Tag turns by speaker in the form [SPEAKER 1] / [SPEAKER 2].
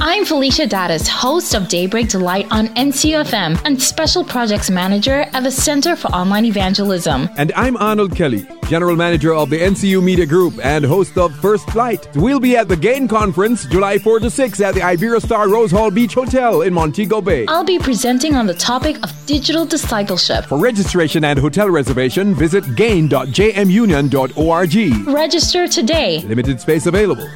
[SPEAKER 1] I'm Felicia Dattis, host of Daybreak Delight on NCFM and Special Projects Manager at the Center for Online Evangelism.
[SPEAKER 2] And I'm Arnold Kelly, General Manager of the NCU Media Group and host of First Flight. We'll be at the GAIN Conference July 4 to 6 at the Iberostar Rose Hall Beach Hotel in Montego Bay.
[SPEAKER 1] I'll be presenting on the topic of digital discipleship.
[SPEAKER 2] For registration and hotel reservation, visit gain.jmunion.org.
[SPEAKER 1] Register today.
[SPEAKER 2] Limited space available.